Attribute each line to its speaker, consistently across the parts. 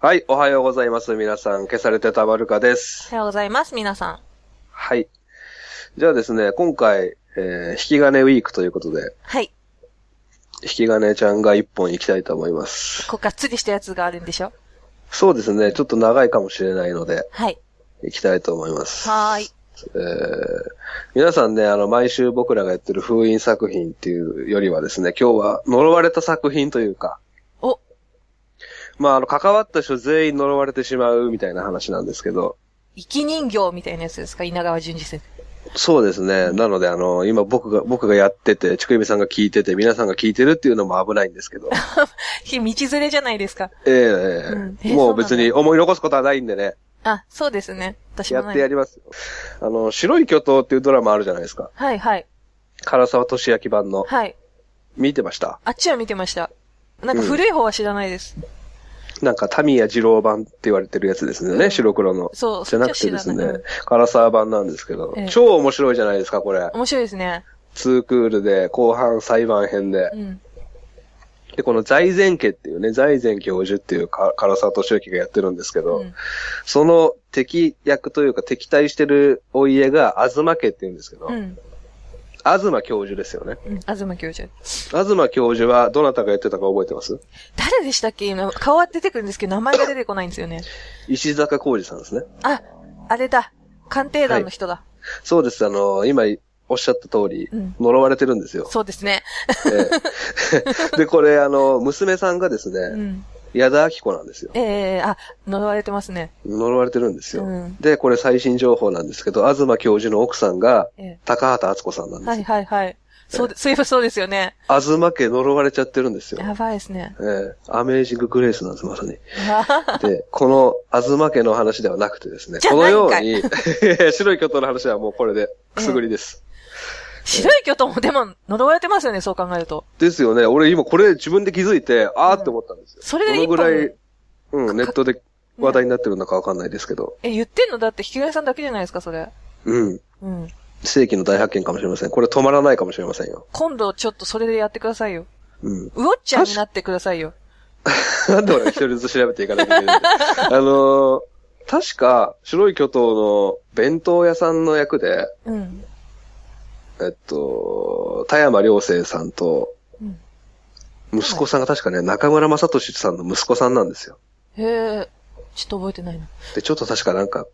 Speaker 1: はい、おはようございます。皆さん、消されてたまるかで
Speaker 2: お
Speaker 1: す。
Speaker 2: はようございます、皆さん。
Speaker 1: はい。じゃあですね、今回、えー、引き金ウィークということで、
Speaker 2: はい。
Speaker 1: 引き金ちゃんが一本行きたいと思います。
Speaker 2: こうがっつりしたやつがあるんでしょ
Speaker 1: そうですね、ちょっと長いかもしれないので、
Speaker 2: はい。
Speaker 1: 行きたいと思います。
Speaker 2: はーい。
Speaker 1: えー皆さんね、あの、毎週僕らがやってる封印作品っていうよりはですね、今日は呪われた作品というか、
Speaker 2: お、
Speaker 1: まあ、あの、関わった人全員呪われてしまうみたいな話なんですけど、
Speaker 2: 生き人形みたいなやつですか稲川淳二先生。
Speaker 1: そうですね。なので、あの、今僕が、僕がやってて、ちくゆみさんが聞いてて、皆さんが聞いてるっていうのも危ないんですけ ど。
Speaker 2: ひ道連れじゃないですか。
Speaker 1: えええ
Speaker 2: うん
Speaker 1: え
Speaker 2: え
Speaker 1: も
Speaker 2: そううなんだ
Speaker 1: 別に思い残すことはないんでね。
Speaker 2: あ、そうですね。私
Speaker 1: や
Speaker 2: も
Speaker 1: っ
Speaker 2: な
Speaker 1: てや
Speaker 2: い。
Speaker 1: りますよ。あの、白い巨頭っていうドラマあるじゃないですか。
Speaker 2: はい、はい。
Speaker 1: 唐沢俊明版の。
Speaker 2: はい。
Speaker 1: 見てました
Speaker 2: あっちは見てました。なんか古い方は知らないです。
Speaker 1: なんか、タミヤ二郎版って言われてるやつですね。
Speaker 2: うん
Speaker 1: 白黒の。
Speaker 2: そう
Speaker 1: じゃなくてです
Speaker 2: そっちは知らない
Speaker 1: ね、唐沢版なんですけど
Speaker 2: ええ。
Speaker 1: 超面白いじゃないですか、これ。
Speaker 2: 面白いですね。
Speaker 1: ツークールで、後半裁判編で。
Speaker 2: うん。
Speaker 1: で、この財前家っていうね、財前教授っていうか唐沢敏之がやってるんですけど、
Speaker 2: うん
Speaker 1: その敵役というか敵対してるお家が、東家っていうんですけど、
Speaker 2: うん。
Speaker 1: 東教授ですよね。
Speaker 2: うん。あずま教授。
Speaker 1: 東教授はどなたがやってたか覚えてます
Speaker 2: 誰でしたっけ今、顔は出てくるんですけど、名前が出てこないんですよね。
Speaker 1: 石坂浩二さんですね。
Speaker 2: あ、あれだ。鑑定団の人だ。
Speaker 1: そうです、あの、今おっしゃった通り、
Speaker 2: うん
Speaker 1: 呪われてるんですよ。
Speaker 2: そうですね。
Speaker 1: ええ で、これ、あの、娘さんがです
Speaker 2: う
Speaker 1: ね、
Speaker 2: ん。
Speaker 1: 矢田明子なんですよ。
Speaker 2: ええあ、呪われてますね。
Speaker 1: 呪われてるんですよ。
Speaker 2: うん
Speaker 1: で、これ最新情報なんですけど、東教授の奥さんが、
Speaker 2: ええ
Speaker 1: 高畑敦子さんなんですよ。
Speaker 2: はいはいはい。そうで、そういえばそうですよね。
Speaker 1: あずま家呪われちゃってるんですよ。
Speaker 2: やばいですね。
Speaker 1: ええアメージンググレースなんです、まさに。
Speaker 2: あ
Speaker 1: で、この、あずま家の話ではなくてですね、
Speaker 2: じゃあ
Speaker 1: このよう
Speaker 2: ない
Speaker 1: に、 白い巨頭の話はもうこれで、くすぐりです。
Speaker 2: 白い巨頭もでも呪われてますよね、そう考えると。
Speaker 1: ですよね、俺今これ自分で気づいて、あーって思ったんですよ。
Speaker 2: それで
Speaker 1: どの
Speaker 2: 一
Speaker 1: ぐ
Speaker 2: 本
Speaker 1: らい、うん、ネットで話題になってるのかわかんないですけど、
Speaker 2: え、言ってんのだって、引き金さんだけじゃないですか、それ。
Speaker 1: うん。
Speaker 2: うん。
Speaker 1: 世紀の大発見かもしれません。これ止まらないかもしれませんよ。
Speaker 2: 今度ちょっとそれでやってくださいよ。
Speaker 1: うん。
Speaker 2: ウォッチャーになってくださいよ。
Speaker 1: なんで俺が一人ずつ調べていかなきゃいけ ないんだよあのー確か、白い巨頭の弁当屋さんの役で、
Speaker 2: うん。
Speaker 1: えっと、田山良生さんと、
Speaker 2: うん
Speaker 1: 息子さんが確かね、中村正俊さんの息子さんなんですよ。
Speaker 2: へえ、ちょっと覚えてないな。
Speaker 1: で、ちょっと確かなんか、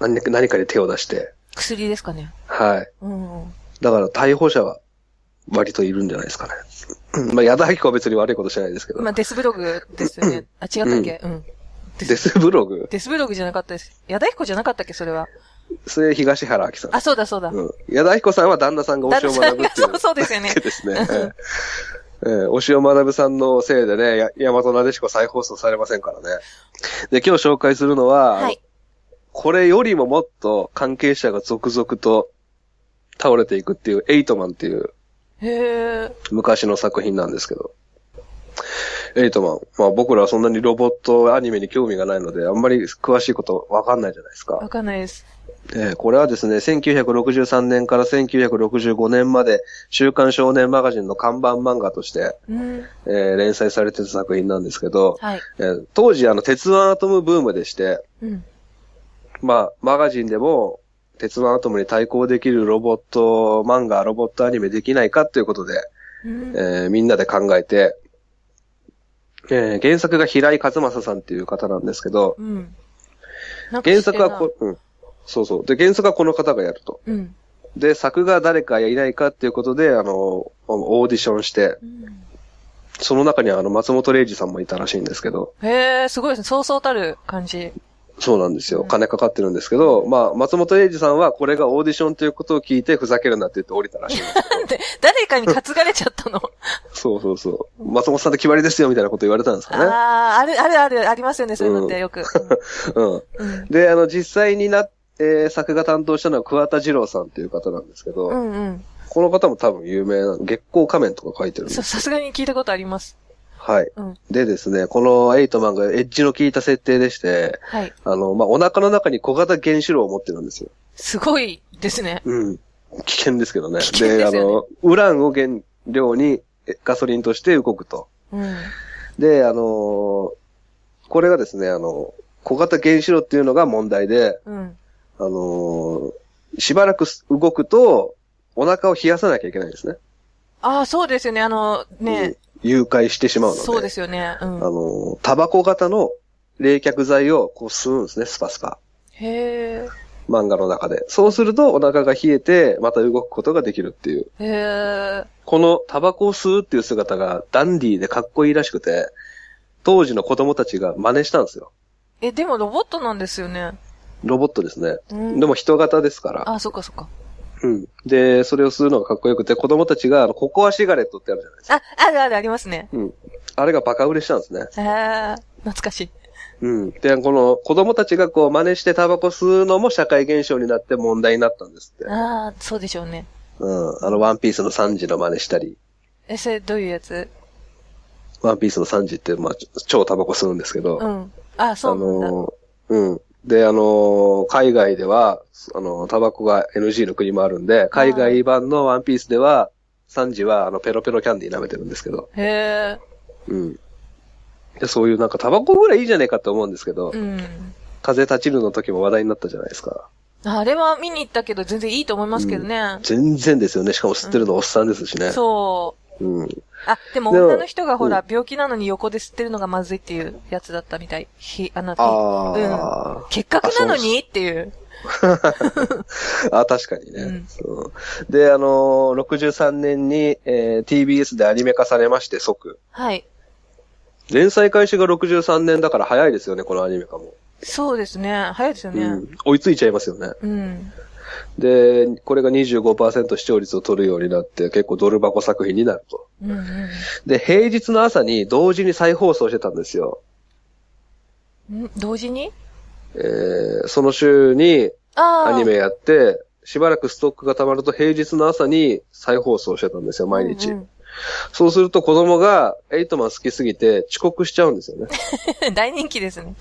Speaker 1: 何何かに手を出して、
Speaker 2: 薬ですかね。
Speaker 1: はい。
Speaker 2: うん。
Speaker 1: だから逮捕者は割といるんじゃないですかね。うんまあ、矢田明子は別に悪いことしてないですけど。
Speaker 2: まあ、デスブログですよね。あ、違ったっけうん。
Speaker 1: デスブログ
Speaker 2: デスブログじゃなかったです。矢田彦じゃなかったっけ、それは。
Speaker 1: それ東原明さん。
Speaker 2: あ、そうだそうだ。
Speaker 1: うん。矢田彦さんは旦那さんが
Speaker 2: 旦
Speaker 1: 推
Speaker 2: 那
Speaker 1: しを
Speaker 2: さ
Speaker 1: 学
Speaker 2: ん
Speaker 1: ぶっ
Speaker 2: が、
Speaker 1: てい
Speaker 2: そうう、。そうですよね
Speaker 1: け。です ね。ええええ、押尾学さんのせいでね、や大和なでしこ再放送されませんからね。で、今日紹介するのは、
Speaker 2: はい。
Speaker 1: これよりももっと関係者が続々と倒れていくっていう、エイトマンっていう
Speaker 2: へえ。
Speaker 1: 昔の作品なんですけど。エイトマン。まあ僕らはそんなにロボットアニメに興味がないので、あんまり詳しいことわかんないじゃないですか
Speaker 2: わ。かんないです。
Speaker 1: えーこれはですね、1963年から1965年まで、週刊少年マガジンの看板漫画として、
Speaker 2: うん。
Speaker 1: えー連載されてた作品なんですけど、
Speaker 2: はい。
Speaker 1: えー当時、あの、鉄腕アトムブームでして、
Speaker 2: うん。
Speaker 1: まあ、マガジンでも、鉄腕アトムに対抗できるロボット漫画、ロボットアニメできないかということで、
Speaker 2: うん
Speaker 1: えーみんなで考えて、えー原作が平井和正さんっていう方なんですけど、
Speaker 2: うん。なんか知ってるな
Speaker 1: 原作はこ、うん。そうそう。で、原作はこの方がやると。
Speaker 2: うん。
Speaker 1: で、作が誰かいないかっていうことで、あの、オーディションして、
Speaker 2: うん
Speaker 1: その中にはあの、松本零士さんもいたらしいんですけど、
Speaker 2: へえ、すごいですね。そうそうたる感じ。
Speaker 1: そうなんですよ。
Speaker 2: うん
Speaker 1: 金かかってるんですけど、まあ、松本零士さんはこれがオーディションということを聞いて、ふざけるなって言って降りたら しいんですけど。
Speaker 2: で、誰かに担がれちゃっ たの。
Speaker 1: そうそうそう。松本さんと決まりですよ、みたいなこと言われたんですかね。
Speaker 2: ああ、ある、ある、ある、ありますよね、そういうのってよく。
Speaker 1: うん。
Speaker 2: うん。
Speaker 1: で、あの、実際にな、えー作画担当したのは桑田二郎さんっていう方なんですけど、
Speaker 2: うんうん。
Speaker 1: この方も多分有名なの。月光仮面とか書いてるんで
Speaker 2: さ、
Speaker 1: す。
Speaker 2: さすがに聞いたことあります。
Speaker 1: はい。
Speaker 2: うん。
Speaker 1: でですね、このエイトマンがエッジの効いた設定でして、
Speaker 2: はい。
Speaker 1: あの、まあ、お腹の中に小型原子炉を持ってるんですよ。
Speaker 2: すごいですね。
Speaker 1: うん。危険ですけどね。
Speaker 2: 危険ですよね
Speaker 1: あの、ウランを原料にえガソリンとして動くと。
Speaker 2: うん。
Speaker 1: で、あのーこれがですね、あの、小型原子炉っていうのが問題で、
Speaker 2: うん。
Speaker 1: あのーしばらくす動くと、お腹を冷やさなきゃいけないんですね。
Speaker 2: ああ、そうですよね。あの、ね、
Speaker 1: うん誘拐してしまうので。
Speaker 2: そうですよね。う
Speaker 1: あ
Speaker 2: ん。
Speaker 1: のータバコ型の冷却剤をこう吸うんですね、スパスパ。
Speaker 2: へえ。
Speaker 1: 漫画の中で。そうするとお腹が冷えて、また動くことができるっていう。
Speaker 2: へえ。
Speaker 1: このタバコを吸うっていう姿がダンディーでかっこいいらしくて、当時の子供たちが真似したんですよ。
Speaker 2: え、でもロボットなんですよね。
Speaker 1: ロボットですね。
Speaker 2: うん。
Speaker 1: でも人型ですから。
Speaker 2: ああ、そっかそっか。
Speaker 1: うん。で、それを吸うのがかっこよくて、子供たちが、あの、ココアシガレットってあるじゃないですか。
Speaker 2: あ、あるあるありますね。
Speaker 1: うん。あれがバカ売れしたんですね。
Speaker 2: へえ。懐かしい。
Speaker 1: うん。で、この子供たちがこう真似してタバコ吸うのも社会現象になって問題になったんですって。
Speaker 2: ああ、そうでしょうね。
Speaker 1: うん。あの、ワンピースのサンジの真似したり、
Speaker 2: え、それどういうやつ
Speaker 1: ワンピースのサンジって、まあ、ちょ超タバコ吸うんですけど、
Speaker 2: うん。ああ、そうなんだ。
Speaker 1: あのー、うん。で、あのー海外では、あのータバコが NG の国もあるんで、海外版のワンピースでは、サンジは、あの、ペロペロキャンディー舐めてるんですけど、
Speaker 2: へえ。
Speaker 1: うん。でそういうなんかタバコぐらいいいじゃねえかって思うんですけど、
Speaker 2: うん。
Speaker 1: 風立ちるの時も話題になったじゃないですか。
Speaker 2: あれは見に行ったけど全然いいと思いますけどね。
Speaker 1: 全然ですよね。しかも吸ってるのおっさんですしね。
Speaker 2: そう。
Speaker 1: うん。
Speaker 2: あ、でも
Speaker 1: でも
Speaker 2: 女の人がほら、
Speaker 1: う
Speaker 2: 病気なのに横で吸ってるのがまずいっていうやつだったみたい。ひ、あの、
Speaker 1: あー
Speaker 2: 結核なの
Speaker 1: あそう
Speaker 2: にっていう。
Speaker 1: あ、確かにね。
Speaker 2: うん
Speaker 1: そうで、あのー、63年に、えー TBS でアニメ化されまして即。
Speaker 2: はい。
Speaker 1: 連載開始が63年だから早いですよね、このアニメ化も。
Speaker 2: そうですね。早いですよね。
Speaker 1: うん。追いついちゃいますよね。
Speaker 2: うん。
Speaker 1: で、これが25%視聴率を取るようになって、結構ドル箱作品になると。
Speaker 2: うん。うん
Speaker 1: で、平日の朝に同時に再放送してたんですよ。
Speaker 2: ん同時に
Speaker 1: えーその週に
Speaker 2: ああ。
Speaker 1: アニメやって、しばらくストックが溜まると平日の朝に再放送してたんですよ、毎日。
Speaker 2: うん
Speaker 1: そうすると子供がエイトマン好きすぎて遅刻しちゃうんですよね。
Speaker 2: うん 大人気ですね。ん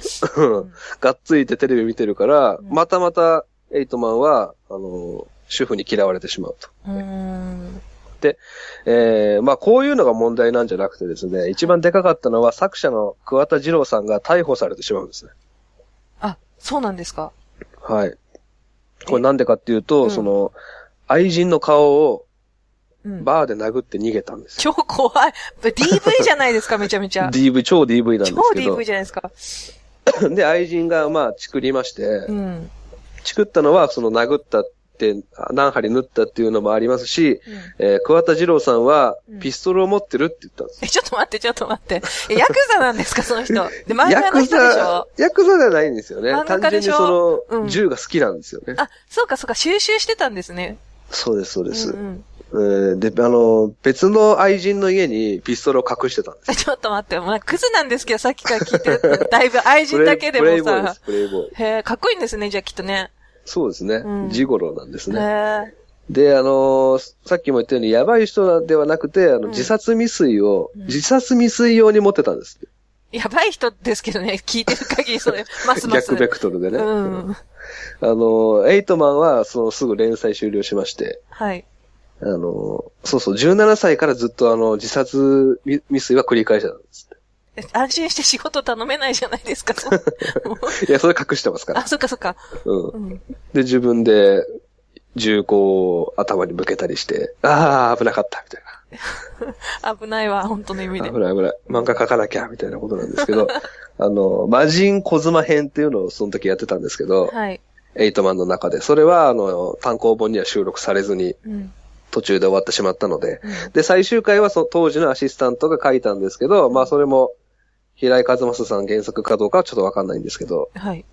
Speaker 1: がっついてテレビ見てるから、
Speaker 2: ん
Speaker 1: またまたエイトマンは、あの、主婦に嫌われてしまうと。
Speaker 2: うーん。
Speaker 1: えー、まあこういうのが問題なんじゃなくてですね、一番でかかったのは作者の桑田二郎さんが逮捕されてしまうんですね。
Speaker 2: あ、そうなんですか。
Speaker 1: はい。これなんでかっていうと、
Speaker 2: うん
Speaker 1: その、愛人の顔を
Speaker 2: うん。
Speaker 1: バーで殴って逃げたんですよ。
Speaker 2: 超怖い。DV じゃないですか、めちゃめ ちゃ。
Speaker 1: DV、超 DV なんです
Speaker 2: 超
Speaker 1: けど
Speaker 2: DV じゃないですか。。
Speaker 1: で、愛人がまあ、チクりまして、
Speaker 2: うん。
Speaker 1: チクったのは、その殴ったって、何針縫ったっていうのもありますし、えー桑田二郎さんは
Speaker 2: うん、
Speaker 1: ピストルを持ってるって言ったんです。
Speaker 2: え、ちょっと待って、ちょっと待って。え、ヤクザなんですか、その人。で、漫画の人でしょ
Speaker 1: ヤクザじゃないんですよね。
Speaker 2: 漫画
Speaker 1: 単
Speaker 2: 家
Speaker 1: 純
Speaker 2: で
Speaker 1: に
Speaker 2: しょ
Speaker 1: その、
Speaker 2: うん
Speaker 1: 銃が好きなんですよね。
Speaker 2: あ、そうか、そうか、収集してたんですね。
Speaker 1: そうです、そう
Speaker 2: う
Speaker 1: です、
Speaker 2: んうん。
Speaker 1: えーで、あの、別の愛人の家にピストルを隠してたんです。
Speaker 2: え、ちょっと待って、まあ、クズなんですけど、さっきから聞いてる。だいぶ愛人だけで
Speaker 1: プレイ
Speaker 2: も
Speaker 1: ボーイで
Speaker 2: さ
Speaker 1: す、。プレイボーイ。
Speaker 2: へえ、かっこいいんですね、じゃあきっとね。
Speaker 1: そうですね。
Speaker 2: うん
Speaker 1: ジゴロなんです
Speaker 2: へ
Speaker 1: ね。
Speaker 2: え。
Speaker 1: で、あのーさっきも言ったように、やばい人ではなくて、あの、
Speaker 2: ん
Speaker 1: 自殺未遂を、
Speaker 2: うん
Speaker 1: 自殺未遂用に持ってたんです。
Speaker 2: やばい人ですけどね、聞いてる限り、それ、ますます。
Speaker 1: 逆ベクトルでね。
Speaker 2: うん。
Speaker 1: あの、エイトマンは、そのすぐ連載終了しまして、
Speaker 2: はい。
Speaker 1: あの、そうそう、17歳からずっとあの、自殺未未遂は繰り返してたんですっ
Speaker 2: え安心して仕事頼めないじゃないですか、そうも
Speaker 1: て。
Speaker 2: う
Speaker 1: いや、それ隠してますから
Speaker 2: あ、。そっかそっか。
Speaker 1: うん。
Speaker 2: うん。
Speaker 1: で、自分で、銃口を頭に向けたりして、ああ、危なかった、みたいな。
Speaker 2: 危ないわ、本当の意味で。
Speaker 1: 危ない危ない。漫画描かなきゃ、みたいなことなんです けど、あの、魔人小妻編っていうのをその時やってたんですけど、
Speaker 2: はい。
Speaker 1: エイトマンの中で、それはあの、単行本には収録されずに、
Speaker 2: うん。
Speaker 1: 途中で終わってしまったので、
Speaker 2: うん
Speaker 1: で、最終回はその当時のアシスタントが書いたんですけど、まあそれも、平井和正さん原作かどうかはちょっとわかんないんですけど。
Speaker 2: はい。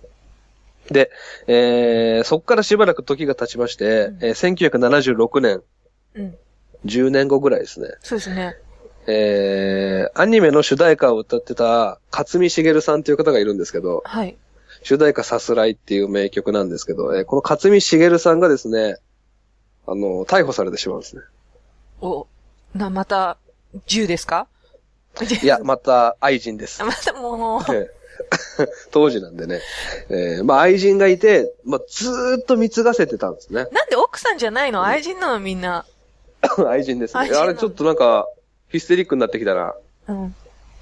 Speaker 1: で、えー、そこからしばらく時が経ちまして、
Speaker 2: うん
Speaker 1: えー1976年、
Speaker 2: うん。
Speaker 1: 10年後ぐらいですね。
Speaker 2: そうですね。
Speaker 1: えー、アニメの主題歌を歌ってた、勝見茂さんという方がいるんですけど、
Speaker 2: はい。
Speaker 1: 主題歌さすらいっていう名曲なんですけど、えーこの勝見茂さんがですね、あの、逮捕されてしまうんですね。
Speaker 2: お、な、また、銃ですか
Speaker 1: いや、また愛人です。
Speaker 2: またもう、
Speaker 1: え え当時なんでね。えーまあ愛人がいて、まあずーっと貢がせてたんですね。
Speaker 2: なんで奥さんじゃないの愛人なのみんな。
Speaker 1: 愛人です
Speaker 2: 愛
Speaker 1: ね。
Speaker 2: 人な
Speaker 1: あ
Speaker 2: んだ
Speaker 1: れちょっとなんか、ヒステリックになってきたな。
Speaker 2: うん。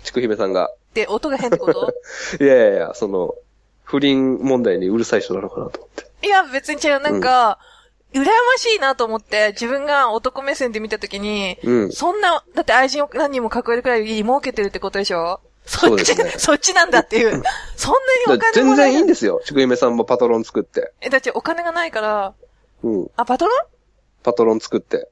Speaker 1: ちくひめさんが。
Speaker 2: で、音が変ってこと
Speaker 1: いやいやいや、その、不倫問題にうるさい人なのかなと思って。
Speaker 2: いや、別に違う、なんか、羨ましいなと思って、自分が男目線で見たときに、
Speaker 1: うん。
Speaker 2: そんな、だって愛人を何人も抱えるくらい儲けてるってことでしょそっ
Speaker 1: そ
Speaker 2: ち、
Speaker 1: う
Speaker 2: そ,、
Speaker 1: ですね
Speaker 2: っちなんだっていう。そんなにお
Speaker 1: だから
Speaker 2: 金
Speaker 1: 全
Speaker 2: もない。
Speaker 1: 然いいんですよ。ちくゆめさんもパトロン作って。
Speaker 2: え、だってお金がないから、
Speaker 1: うん。
Speaker 2: あ、パトロン
Speaker 1: パトロン作って。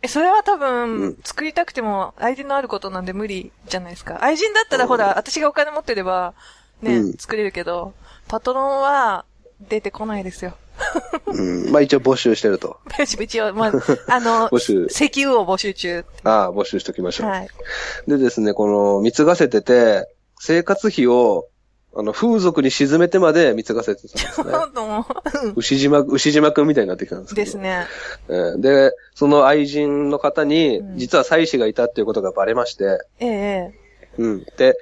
Speaker 2: え、それは多
Speaker 1: う
Speaker 2: 分
Speaker 1: ん、
Speaker 2: 作りたくても、相手のあることなんで無理じゃないですか。愛人だったらほら、私がお金持ってれば、ね、
Speaker 1: うん
Speaker 2: 作れるけど、パトロンは、出てこないですよ。
Speaker 1: うん。まあ一応募集してると。
Speaker 2: ペチペチを、まあ、あの、
Speaker 1: 募集
Speaker 2: 石油を募集中。
Speaker 1: ああ、募集しときましょう。
Speaker 2: はい。
Speaker 1: でですね、この、貢がせてて、生活費を、あの、風俗に沈めてまで貢がせてたんですね。
Speaker 2: どうも。
Speaker 1: 牛島、牛島くんみたいになってきたんですけど。
Speaker 2: ですね。
Speaker 1: えーで、その愛人の方に
Speaker 2: う、ん
Speaker 1: 実は妻子がいたっていうことがバレまして、
Speaker 2: ええ。
Speaker 1: うん。で、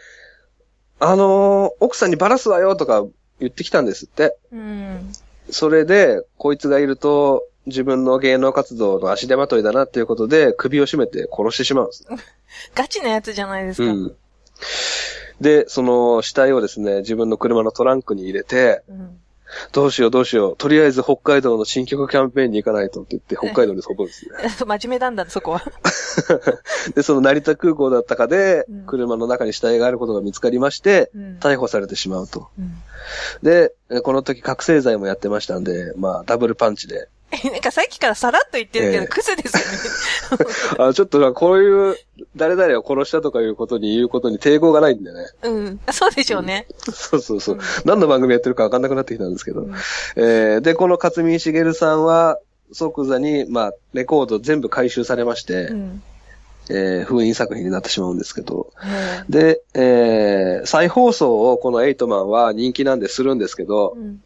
Speaker 1: あのー奥さんにバラすわよとか言ってきたんですって。
Speaker 2: うん。
Speaker 1: それで、こいつがいると、自分の芸能活動の足手まといだなっていうことで、首を絞めて殺してしまうんですね。
Speaker 2: ガチなやつじゃないです
Speaker 1: う
Speaker 2: か。
Speaker 1: ん。で、その死体をですね、自分の車のトランクに入れて、
Speaker 2: うん
Speaker 1: どうしようどうしよう、とりあえず北海道の新曲キャンペーンに行かないとって言って、北海道に飛ぶんですね。
Speaker 2: 真面目なんだ、そこは。
Speaker 1: で、その成田空港だったかで
Speaker 2: うん、
Speaker 1: 車の中に死体があることが見つかりまして、
Speaker 2: うん
Speaker 1: 逮捕されてしまうと。
Speaker 2: うん
Speaker 1: で、えこの時覚醒剤もやってましたんで、まあ、ダブルパンチで。
Speaker 2: えなんかさっきからさらっと言ってるけ
Speaker 1: ええ
Speaker 2: ど、クズですよね。
Speaker 1: あちょっと、こういう、誰々を殺したとかいうことに言うことに抵抗がないんでね。
Speaker 2: うん。そうでしょうね。
Speaker 1: そうそうそう
Speaker 2: うん。
Speaker 1: 何の番組やってるかわかんなくなってきたんですけど。えーで、この勝見茂さんは、即座に、まあ、レコード全部回収されまして
Speaker 2: う、ん。
Speaker 1: えー封印作品になってしまうんですけど。
Speaker 2: え
Speaker 1: で、えー再放送をこのエイトマンは人気なんでするんですけ
Speaker 2: え
Speaker 1: ど
Speaker 2: う、ん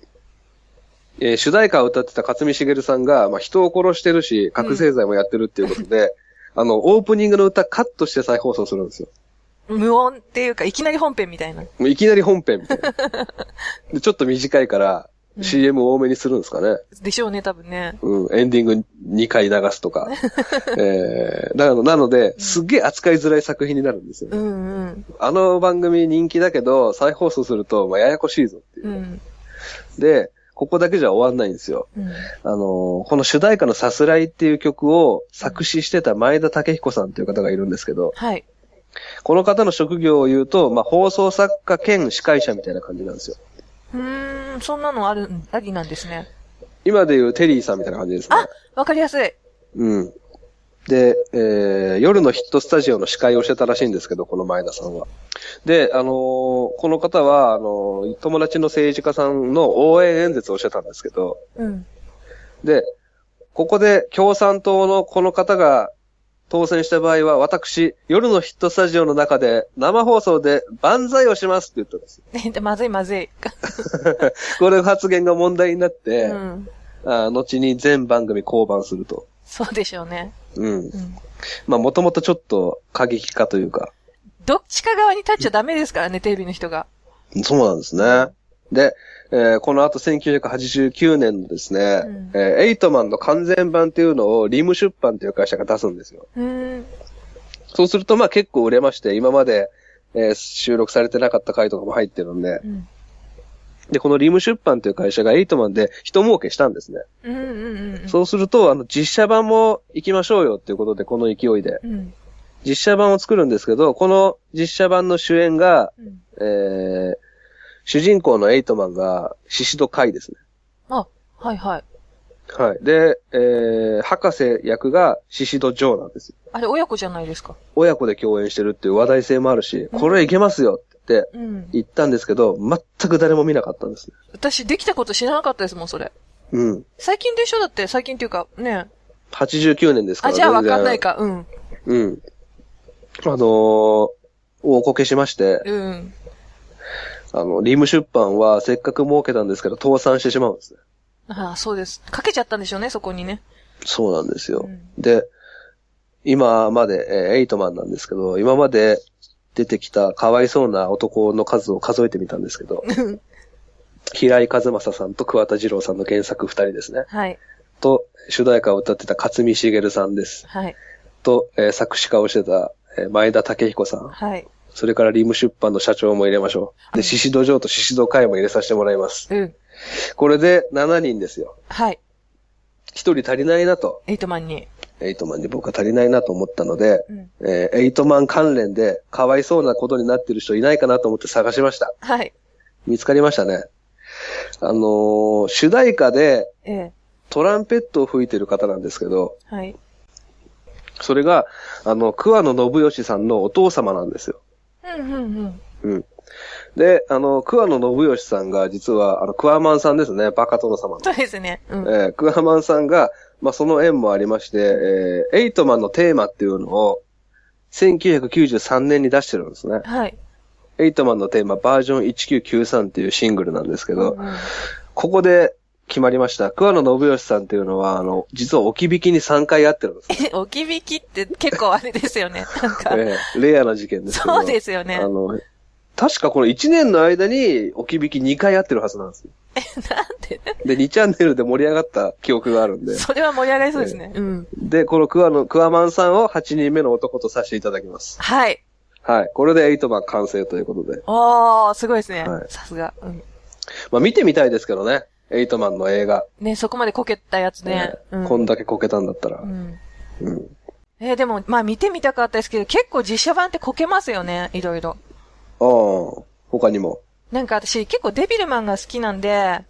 Speaker 1: えー主題歌を歌ってた勝見茂さんが、まあ、人を殺してるし、覚醒剤もやってるっていうことで、 あの、オープニングの歌カットして再放送するんですよ。
Speaker 2: 無音っていうか、いきなり本編みたいな。
Speaker 1: もういきなり本編みたい な。でちょっと短いから、
Speaker 2: うん
Speaker 1: CM 多めにするんですかね。
Speaker 2: でしょうね、多分ね。
Speaker 1: うん、エンディング2回流すとか。 えー、なのなので、すっげえ扱いづらい作品になるんですよね。
Speaker 2: うんうん。
Speaker 1: あの番組人気だけど、再放送すると、まあ、ややこしいぞっていう
Speaker 2: う。ん。
Speaker 1: で、ここだけじゃ終わんないんですよ。
Speaker 2: うん
Speaker 1: あのーこの主題歌のさすらいっていう曲を作詞してた前田武彦さんという方がいるんですけど、
Speaker 2: はい。
Speaker 1: この方の職業を言うと、まあ、放送作家兼司会者みたいな感じなんですよ。
Speaker 2: うーん、そんなのある、ありなんですね。
Speaker 1: 今で言うテリーさんみたいな感じですね
Speaker 2: あ。わかりやすい。
Speaker 1: うん。で、えー夜のヒットスタジオの司会をしてたらしいんですけど、この前田さんは。で、あのーこの方は、あのー友達の政治家さんの応援演説をしてたんですけど、
Speaker 2: うん。
Speaker 1: で、ここで共産党のこの方が当選した場合は、私、夜のヒットスタジオの中で生放送で万歳をしますって言ったんです。
Speaker 2: えでまずいまずい。
Speaker 1: これ発言が問題になって、
Speaker 2: うん。
Speaker 1: あー後に全番組降板すると。
Speaker 2: そうでしょうね。
Speaker 1: うん。
Speaker 2: うん。
Speaker 1: まあ、もともとちょっと過激化というか、
Speaker 2: どっちか側に立っちゃダメですからね、テレビの人が。
Speaker 1: そうなんですね。で、えーこの後1989年のですね、
Speaker 2: うん
Speaker 1: えーエイトマンの完全版っていうのをリム出版っていう会社が出すんですよ。
Speaker 2: うーん。
Speaker 1: そうするとまあ結構売れまして、今まで、えー収録されてなかった回とかも入ってるんで
Speaker 2: う、ん。
Speaker 1: で、このリム出版という会社がエイトマンで一儲けしたんですね。
Speaker 2: うんうんうん。
Speaker 1: そうすると、あの、実写版も行きましょうよっていうことで、この勢いで。
Speaker 2: うん。
Speaker 1: 実写版を作るんですけど、この実写版の主演が、
Speaker 2: うん。
Speaker 1: えー主人公のエイトマンが、シシドカイですね。
Speaker 2: あ、はいはい。
Speaker 1: はい。で、えー、博士役がシシド・ジョーなんですよ。
Speaker 2: あれ、親子じゃないですか。
Speaker 1: 親子で共演してるっていう話題性もあるし、これいけますよって言って
Speaker 2: うん。
Speaker 1: 言ったんですけど、全く誰も見なかったんですね。
Speaker 2: 私、できたこと知らなかったですもん、それ。
Speaker 1: うん。
Speaker 2: 最近でしょだって、最近っていうか、ね。
Speaker 1: 89年ですか
Speaker 2: あ、
Speaker 1: ら
Speaker 2: じゃあわ
Speaker 1: 全然
Speaker 2: かんない。か。うん。
Speaker 1: うん。あのー、大こけしまして、
Speaker 2: うん。
Speaker 1: あの、リム出版はせっかく儲けたんですけど、倒産してしまうんですね。
Speaker 2: ああ、そうです。かけちゃったんでしょうね、そこにね。
Speaker 1: そうなんですよ。
Speaker 2: うん
Speaker 1: で、今まで、えーエイトマンなんですけど、今まで出てきたかわいそうな男の数を数えてみたんですけど、平井和正さんと桑田二郎さんの原作二人ですね。
Speaker 2: はい。と
Speaker 1: と、主題歌を歌ってた勝見茂さんです。
Speaker 2: はい。
Speaker 1: と、えー作詞家をしてた、えー前田武彦さん。
Speaker 2: はい。
Speaker 1: それからリム出版の社長も入れましょう。で、シシド城とシシド会も入れさせてもらいます。
Speaker 2: うん。
Speaker 1: これで7人ですよ。
Speaker 2: はい。
Speaker 1: 1人足りないなと、
Speaker 2: エイトマンに。
Speaker 1: エイトマンに僕は足りないなと思ったので、
Speaker 2: うん。
Speaker 1: えーエイトマン関連でかわいそうなことになってる人いないかなと思って探しました。
Speaker 2: はい。
Speaker 1: 見つかりましたね。あのー主題歌で
Speaker 2: ええ
Speaker 1: トランペットを吹いてる方なんですけど、
Speaker 2: はい。
Speaker 1: それが、あの、桑野信義さんのお父様なんですよ。
Speaker 2: うんうんうん。
Speaker 1: うん。で、あの、桑野信義さんが、実は、あの、桑マンさんですね、バカ殿様の。
Speaker 2: そうですね。うん。
Speaker 1: えー、桑マンさんが、まあ、その縁もありまして、えーエイトマンのテーマっていうのを、1993年に出してるんですね。
Speaker 2: はい。
Speaker 1: エイトマンのテーマ、バージョン1993っていうシングルなんですけど、
Speaker 2: うんうん
Speaker 1: ここで決まりました。桑野信義さんっていうのは、あの、実は置き引きに3回やってるんです。
Speaker 2: え置き引きって結構あれですよね。なんか、
Speaker 1: えーレアな事件ですけど。
Speaker 2: そうですよね
Speaker 1: あ。の、確かこの1年の間に置き引き2回やってるはずなんですよ。
Speaker 2: なん
Speaker 1: で、2チャンネルで盛り上がった記憶があるんで
Speaker 2: で、。 それは盛り上がりそうですね。うん。
Speaker 1: で、このクワの、クワマンさんを8人目の男とさせていただきます。
Speaker 2: はい。
Speaker 1: はい。これで8番完成ということで。
Speaker 2: おー、すごいですね
Speaker 1: は。い
Speaker 2: さすが。うん。
Speaker 1: まあ見てみたいですけどね。8マンの映画。
Speaker 2: ね、そこまでこけたやつね。
Speaker 1: え
Speaker 2: う
Speaker 1: ー
Speaker 2: ん。
Speaker 1: こんだけこけたんだったら
Speaker 2: う。ん。
Speaker 1: うん。
Speaker 2: えーでも、まあ見てみたかったですけど、結構実写版ってこけますよね。いろいろ。
Speaker 1: ああ、他にも。
Speaker 2: なんか私、結構デビルマンが好きなんで、
Speaker 1: は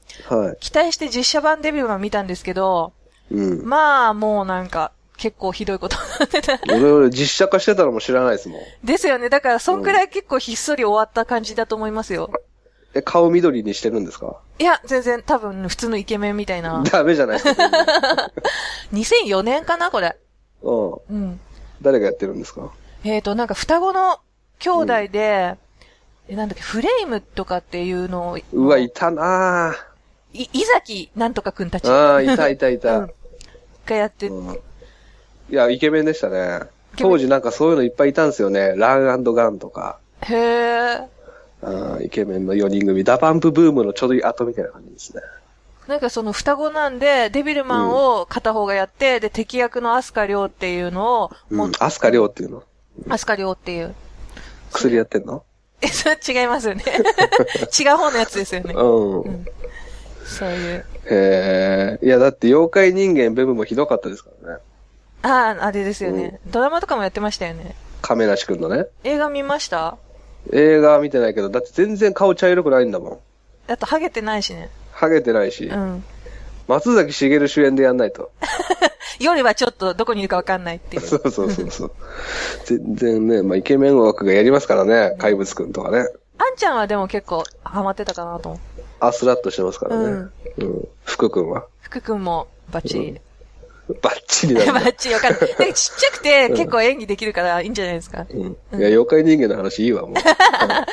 Speaker 2: 期待して実写版デビルマン見たんですけど、
Speaker 1: い。うん。
Speaker 2: まあ、もうなんか、結構ひどいことになってた。
Speaker 1: 俺、俺実写化してたのも知らないですもん。
Speaker 2: ですよね。だから、そんくらい結構ひっそり終わった感じだと思いますよ。
Speaker 1: え、顔緑にしてるんですか
Speaker 2: いや、全然、多分、普通のイケメンみた いな。
Speaker 1: ダメじゃないですか。
Speaker 2: 2004年かな、これ。
Speaker 1: うん。
Speaker 2: うん。
Speaker 1: 誰がやってるんですか
Speaker 2: えっ、と、なんか双子の兄弟で、えなんだっけ、フレイムとかっていうのを、いう
Speaker 1: わ、いたなぁ。
Speaker 2: 伊崎なんとかくんたちが
Speaker 1: ああ、いたいたいた。
Speaker 2: うんやって、
Speaker 1: うんいや、イケメンでしたね。
Speaker 2: イケメン
Speaker 1: 当時なんかそういうのいっぱいいたんですよね。ランガンとか。
Speaker 2: へえ。
Speaker 1: うんイケメンの4人組。ダパンプブームのちょうどいい後みたいな感じですね。
Speaker 2: なんかその双子なんで、デビルマンを片方がやって、で、敵役のアスカリョウっていうのを、
Speaker 1: う
Speaker 2: も
Speaker 1: ん。アスカリョウっていうの。
Speaker 2: アスカリョウっていう。
Speaker 1: 薬やってんの
Speaker 2: え、それ違います よね。違う方のやつですよね。
Speaker 1: う。
Speaker 2: うんんそういう。
Speaker 1: へえ。いや、だって妖怪人間ベムもひどかったですからね。
Speaker 2: ああ、あれですよね、ドラマとかもやってましたよね。
Speaker 1: 亀梨くんのね。
Speaker 2: 映画見ました
Speaker 1: 映画見てないけど、だって全然顔茶色くないんだもん。
Speaker 2: あと、ハゲてないしね。
Speaker 1: ハゲてないし。
Speaker 2: うん。
Speaker 1: 松崎しげる主演でやんないと。
Speaker 2: 夜はちょっとどこにいるかわかんないってい。
Speaker 1: そううそうそうそう。全然ね、まあ、イケメン枠がやりますからね。怪物くんとかね。
Speaker 2: あんちゃんはでも結構ハマってたかなと思う。
Speaker 1: あ、スラッとしてますからね。うん。福くんは。
Speaker 2: 福くんもバッチリ。
Speaker 1: バッチリ
Speaker 2: バ
Speaker 1: だね。
Speaker 2: ッチリよかった。なんかちっちゃくて結構演技できるからいいんじゃないですか。
Speaker 1: うん。いや、妖怪人間の話いいわ、 もう。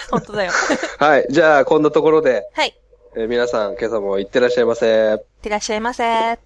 Speaker 2: 本当 だよ。
Speaker 1: はい。じゃあ、こんなところで、
Speaker 2: はい。いっ
Speaker 1: えー皆さん、今朝も行ってらっしゃいませ。
Speaker 2: てらっしゃいませ。